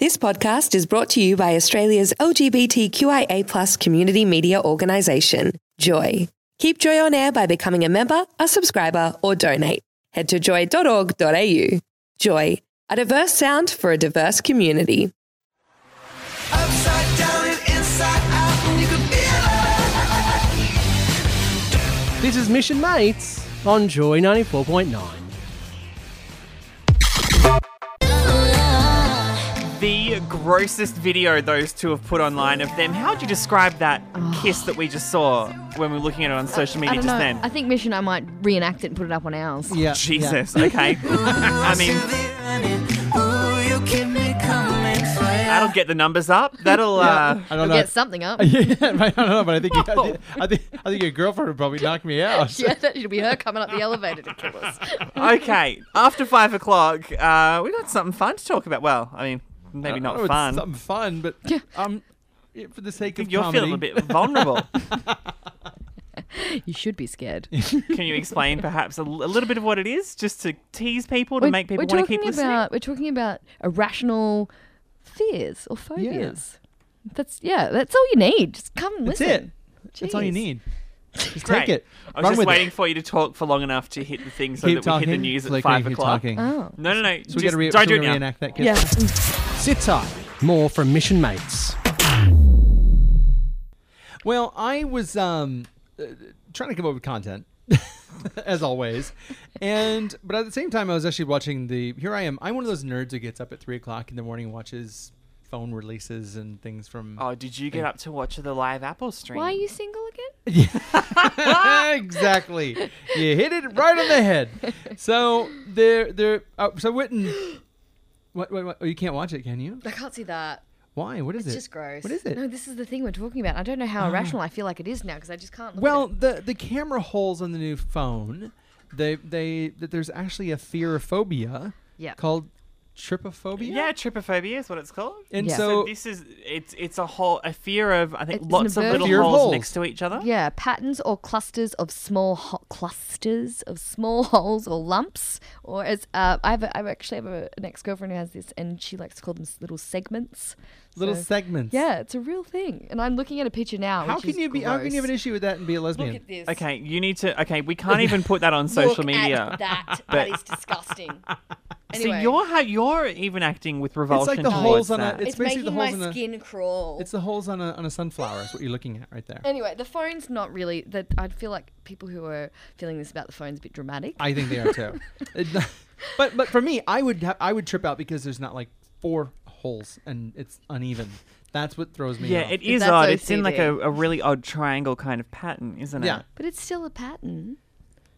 This podcast is brought to you by Australia's LGBTQIA community media organisation, Joy. Keep Joy on air by becoming a member, a subscriber, or donate. Head to joy.org.au. Joy, a diverse sound for a diverse community. Upside down and inside out, and you can feel it. This is Mission Mates on Joy 94.9. the grossest video those two have put online of them. How would you describe that kiss that we just saw when we were looking at it on social I media don't just know. then? I think Mission I might reenact it and put it up on ours. Yeah. Jesus, okay. I mean, Ooh, you keep me coming for ya. that'll get the numbers up. That'll, uh, I We'll don't know. get something up. yeah, right, I don't know, but I think, I, think, I, think, I think your girlfriend would probably knock me out. yeah, that should be her coming up the elevator to kill us. uh, okay. After five o'clock, uh, we got something fun to talk about. Well, I mean, I maybe know not Uh, oh, it's fun. Something fun, but um, yeah, for the sake of You're feeling a comedy- bit vulnerable. You should be scared. Can you explain perhaps a, l- a little bit of what it is just to tease people, to We're- make people we're want to talking keep listening? about, We're talking about irrational fears or phobias. That's yeah. That's all you need. Just come and That's listen. it. That's all you Jeez. need. Just Great. take it. I was Run just with waiting It. for you to talk for long enough to hit the thing so keep that we talking. hit the news at Like, five keep o'clock. Talking. Oh, No, no, no. So we got just to re- don't so do we it now. reenact that. Kiss. Yeah. Sit tight. More from Mission Mates. Well, I was um, uh, trying to come up with content, as always, and but at the same time, I was actually watching the. Here I am. I'm one of those nerds who gets up at three o'clock in the morning and watches phone releases and things from. Oh, did you get up to watch the live Apple stream? Why are you single again? exactly. You hit it right on the head. So there, there. Oh, so Witten. What, what, what? Oh, you can't watch it, can you? I can't see that. Why? What is It's it? just gross. What is it? No, this is the thing we're talking about. I don't know how irrational I feel like it is now because I just can't. Look Well, the the camera holes on the new phone, they they that there's actually a fear of phobia Yeah. called trypophobia. Yeah, trypophobia is what it's called. And Yeah. so, this is it's it's a whole a fear of I think It's an lots of aversion. little Fear of holes, holes. next to each other. Yeah, patterns or clusters of small ho- clusters of small holes or lumps, or as uh, I have, a, I actually have a, an ex girlfriend who has this, and she likes to call them s- little segments. little So- segments. Yeah, it's a real thing, and I'm looking at a picture now. How which can is you be? How can you have an gross. issue with that and be a lesbian? Look at this. Okay, you need to. Okay, we can't even put that on Look social media. At that but- that is disgusting. So Anyway, you're how you're even acting with like revulsion. the towards holes on a- that. it's- it's basically the making holes in my a- skin crawl. It's the holes on a on a sunflower. Is what you're looking at right there. Anyway, the phone's not really that. I'd feel like people who are feeling this about the phone's a bit dramatic. I think they are too. It- but but for me, I would ha- I would trip out because there's not like four holes and it's uneven. That's what throws me. yeah, off. it is That's odd. It's in like a, OCD. a really odd triangle kind of pattern, isn't Yeah. it? but it's still a pattern.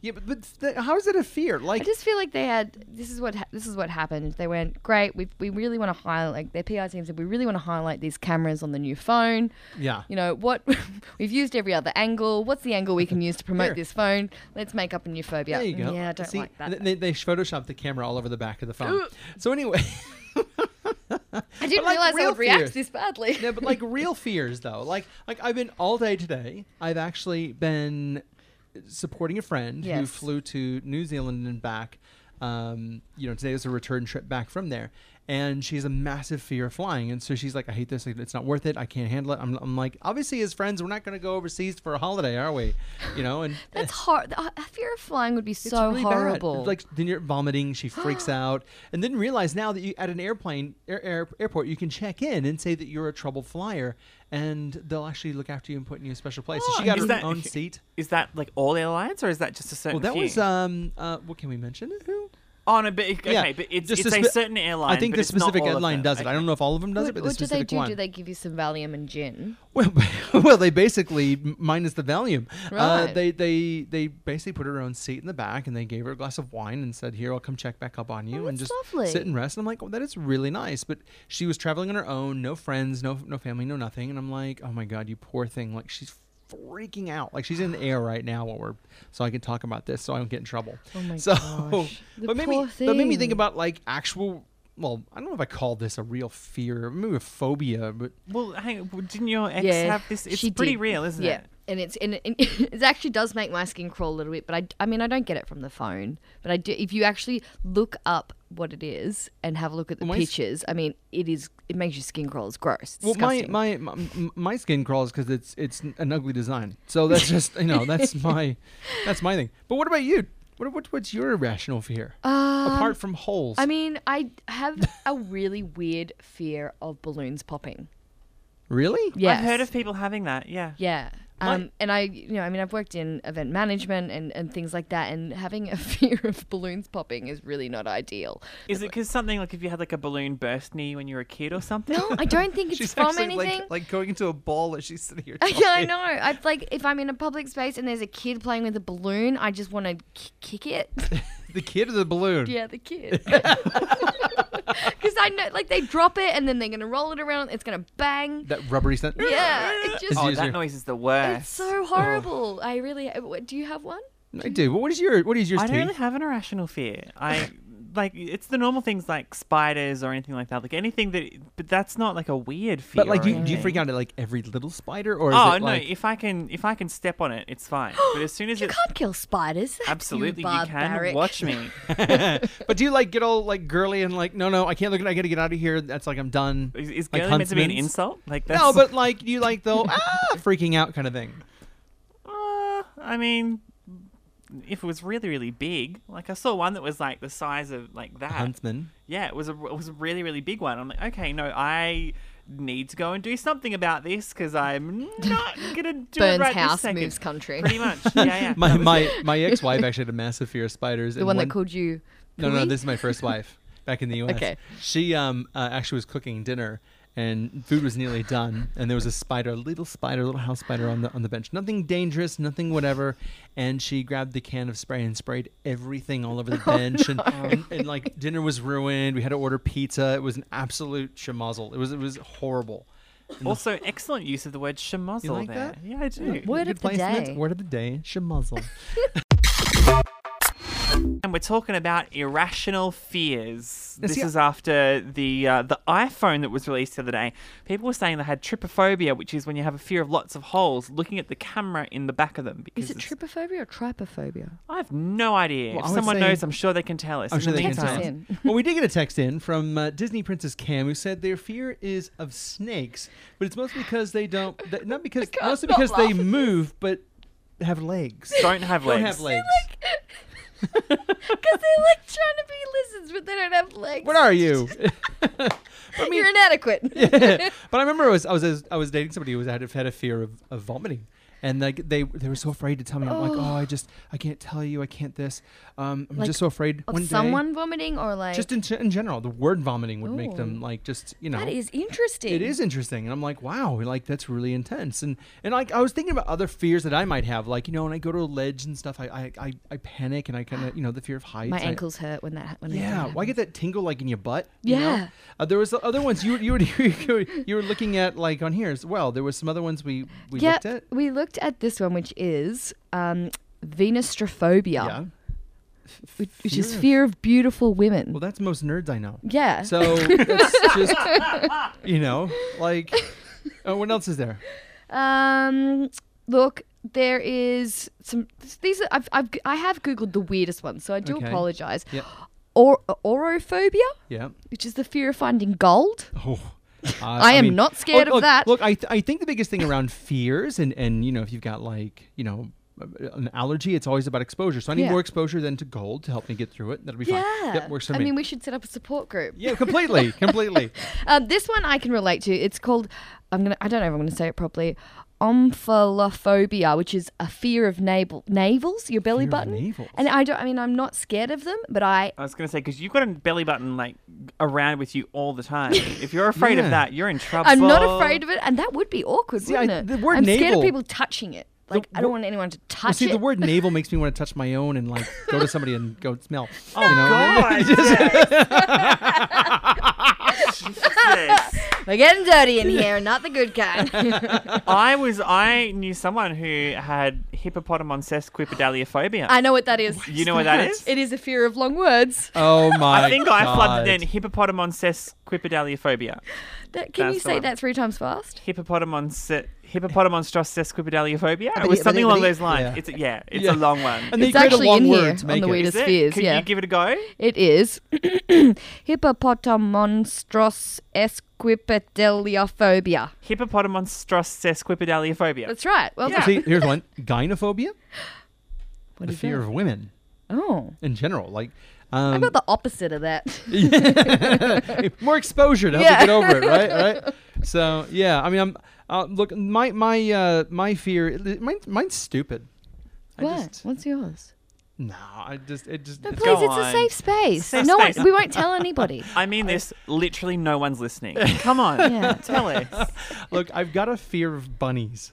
yeah, but, but th- how is it a fear? Like I just feel like they had this is what ha- this is what happened. They went great. We we really want to highlight like their PR team said we really want to highlight these cameras on the new phone. Yeah. You know what? we've used every other angle. What's the angle we can use to promote Here. this phone? Let's make up a new phobia. There you go. Yeah, I don't See, like that. th- They, they photoshopped the camera all over the back of the phone. so anyway, I didn't like, realize I real would react fears. this badly. no, but like real fears though. Like like I've been all day today. I've actually been supporting a friend who Yes. flew to New Zealand and back. Um, you know, today was a return trip back from there, and she has a massive fear of flying, and so she's like, "I hate this. Like, It's not worth it. I can't handle it." I'm, I'm like, obviously, as friends, we're not going to go overseas for a holiday, are we? You know, and That's hard. A fear of flying would be It's so really bad. horrible. Like then you're vomiting. She freaks out, and then realize now that you at an airplane air, air, airport you can check in and say that you're a troubled flyer, and they'll actually look after you and put you in a special place. so she got is her that- own seat. Is that like all airlines, or is that just a Well, certain? that few? was um. Uh, what can we mention? Who? Oh no, but okay, Yeah, but it's, just it's a, spe- certain airline. I think but this it's not specific all of airline them. does it. I Okay. don't know if all of them does it, what, but what this do they specific do? one. Do they give you some Valium and gin? Well, well, they basically minus the Valium. Uh, Right. they they they basically put her own seat in the back, and they gave her a glass of wine and said, "Here, I'll come check back up on you Oh, and that's just lovely. sit and rest." And I'm like, "Oh, that is really nice." But she was traveling on her own, no friends, no no family, no nothing. And I'm like, "Oh my god, you poor thing!" Like she's freaking out. Like she's in the air right now while we're so I can talk about this so I don't get in trouble. Oh my so, gosh. The but maybe poor but made me think thing. about like actual. Well, I don't know if I call this a real fear, maybe a phobia, but Well, hang, well, didn't your ex Yeah, have this? It's she pretty did. real, isn't Yeah. it? and it's and it, it actually does make my skin crawl a little bit. But I, I mean, I don't get it from the phone. But I do. If you actually look up what it is and have a look at the Well, my s- pictures, I mean, it is. It makes your skin crawl. It's gross. It's Well, my, disgusting. my my m- my skin crawls because it's it's an ugly design. So that's just you know that's my that's my thing. But what about you? What, what what's your irrational fear apart from holes? Um, I mean, I have a really weird fear of balloons popping. really? Yes. I've heard of people having that. Yeah. Yeah. My- Um, and I, you know, I mean, I've worked in event management and, and things like that, and having a fear of balloons popping is really not ideal. Is it because something like if you had like a balloon burst knee when you were a kid or something? No, I don't think it's She's from actually anything. like like going into a ball as she's sitting here. yeah, I talking. know. I like if I'm in a public space and there's a kid playing with a balloon, I just want to k- kick it. The kid or the balloon? yeah, the kid. Because I know, like they drop it and then they're gonna roll it around. It's gonna bang. That rubbery scent. Yeah, it Oh. just. Oh, Is your- that noise is the worst. It's so horrible. I really. uh, Do you have one? I do. But what is your what is yours? I don't T? really have an irrational fear. I like it's the normal things like spiders or anything like that. Like anything that, but that's not like a weird fear. But like, or you, do you anything. freak out at like every little spider, or is Oh it no! like If I can, if I can step on it, it's fine. But as soon as You it, can't kill spiders. That's absolutely you, you can barbaric. watch me. But do you like get all like girly and like, no, no, I can't look at. it. I gotta get out of here. That's like I'm done. Is, is like girly meant to be an huntsman's? insult? Like that's, No, but like you like the ah, freaking out kind of thing. Uh, I mean, if it was really, really big, like I saw one that was like the size of like Ah. that. Huntsman. Yeah, it was a it was a really, really big one. I'm like, okay, no, I need to go and do something about this because I'm not gonna do Burns it right this house, second. moves country. Pretty much, yeah, Ah. yeah. My my my ex wife actually had a massive fear of spiders. The one that called you. No, no, pooey? this is my first wife back in the U.S. Okay. She um uh, actually was cooking dinner. And food was nearly done, and there was a spider, a little spider, a little house spider on the on the bench. Nothing dangerous, nothing whatever. And she grabbed the can of spray and sprayed everything all over the Oh, bench, and, and and like dinner was ruined. We had to order pizza. It was an absolute chamozzle. It was it was horrible. Also, excellent use of the word shamozzle like there. that? Yeah, I do. Word Good of the placement. day. Word of the day. Chamozzle. And we're talking about irrational fears. Now, This see, is after the uh, the iPhone that was released the other day. People were saying they had trypophobia, which is when you have a fear of lots of holes looking at the camera in the back of them. Because Is it it's- trypophobia or trypophobia? I have no idea. Well, I if would someone say- knows, I'm sure they can tell us. I'm In sure the they can Text tell us meantime- us. in. well, we did get a text in from uh, Disney Princess Cam who said their fear is of snakes, but it's mostly because they don't, th- not because, can't mostly not because they laugh at move, but have legs. Don't have legs. Don't have legs. Because they're like trying to be lizards, but they don't have legs. What are you? You're inadequate. but I remember I was I was I was dating somebody who was had had a fear of, of vomiting, and like they they were so afraid to tell me. I'm like, oh, I just I can't tell you, I can't this. Um, I'm Like, just so afraid. Of one someone vomiting or like. day, just in, in general, the word vomiting would make them Ooh. like just you know. that is interesting. It is interesting, and I'm like, wow, like that's really intense. And and like I was thinking about other fears that I might have, like you know, when I go to a ledge and stuff, I I, I, I panic and I kind of you know the fear of heights. My I- ankles hurt when that when that yeah, happens. why get that tingle like in your butt? you know? Yeah. Uh, there was the other ones you you were, you were you were looking at like on here as well. There were some other ones we we yeah, looked at. we looked at this one, which is um, venustrophobia, Yeah. which, which is Fear of- fear of beautiful women. Well, that's most nerds I know. yeah. So it's just you know like. Oh, what else is there? Um, look, there is some. These are I've, I've I have googled the weirdest ones, so I do Okay. apologize. Yep. Or orophobia, Yeah. which is the fear of finding gold. Oh, uh, I am mean- not scared of look, that. Look, I, th- I think the biggest thing around fears and and you know if you've got like you know an allergy, it's always about exposure. So I need Yeah. more exposure than to gold to help me get through it. That'll be fine. Yep, works for I me. mean, we should set up a support group. yeah, completely, completely. Um, this one I can relate to. It's called. I'm gonna. I don't know if I'm gonna say it properly. Omphalophobia, which is a fear of navel, navels, your belly Fear of button. navels. And I don't. I mean, I'm not scared of them, but I I was gonna say because you've got a belly button like around with you all the time. if you're afraid Yeah. of that, you're in trouble. I'm not afraid of it, and that would be awkward, See, wouldn't I- it? the word I'm scared navel- of people touching it. Like, I don't wor- want anyone to Well, touch see, it. the word navel makes me want to touch my own and like go to somebody and go smell. Oh you know? God! yes. Jesus. We're getting dirty in here, not the good kind. I was I knew someone who had hippopotamon sesquipedaliophobia. I know what that is. you know what that is? It is a fear of long words. Oh my! I think I flooded in God. hippopotamon sesquipedaliophobia. That, can you That's the say one. that three times fast? Hippopotamon se- hippopotamonstrous sesquipedaliophobia. It was something along those lines. Yeah. It's a, yeah, it's Yeah. a long one. And they It's create a actually long in word here to on make the it. way to- Is it? spheres, Could yeah. you give it a go? It is hippopotamonstros esquipedeliophobia. Hippopotamonstrous sesquipedaliophobia. That's right. Well Yeah. done. See, here's one: gynophobia, What the is fear that? of women Oh, in general. Like, I um, got the opposite of that. more exposure to help Yeah. you get over it, right? Right. So yeah, I mean, I'm uh, look my my uh, my fear. Mine, mine's stupid. I what? just What's yours? no, I just it just. But it's- please, go it's a on. safe space. Safe no, one- space. we won't tell anybody. I mean this. Literally, no one's listening. Come on, Yeah. tell us. look, I've got a fear of bunnies.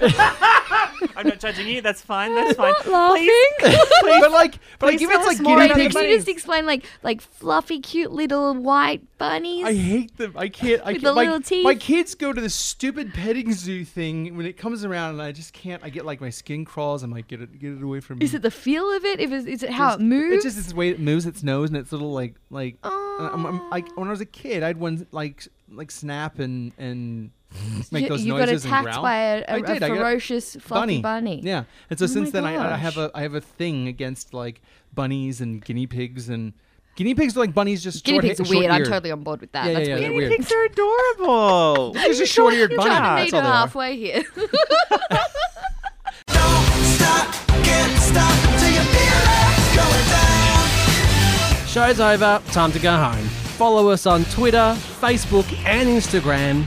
I'm not judging you. That's fine. That's fine. Not laughing. but like, but like, Please if tell it's us like more guinea about the Can you pigs, just explain, like, like fluffy, cute little white bunnies? I hate them. I can't. I With can't. the my, little teeth. my kids go to this stupid petting zoo thing when it comes around, and I just can't. I get like my skin crawls. I'm like, get it, get it away from me. is it the feel of it? If it's, is it how Just- it moves? It's just this way it moves its nose and its little like like. and I'm, I'm, like when I was a kid, I'd one like s- like snap and and make you, those you got noises and attacked growl. by a, I a, did, I a got- ferocious fluffy bunny. Oh Yeah, and so my since then I, I have gosh. a I have a thing against like bunnies and guinea pigs and guinea pigs are like bunnies just Guinea short pigs are short weird. I'm eared. totally on board with that. Yeah, That's yeah, yeah, they're Guinea weird. weird. pigs are adorable. There's a short-eared bunny. Trying to That's meet all her they are. halfway here. Don't stop, can't stop till you feel it going down. Show's over, time to go home. Follow us on Twitter, Facebook, and Instagram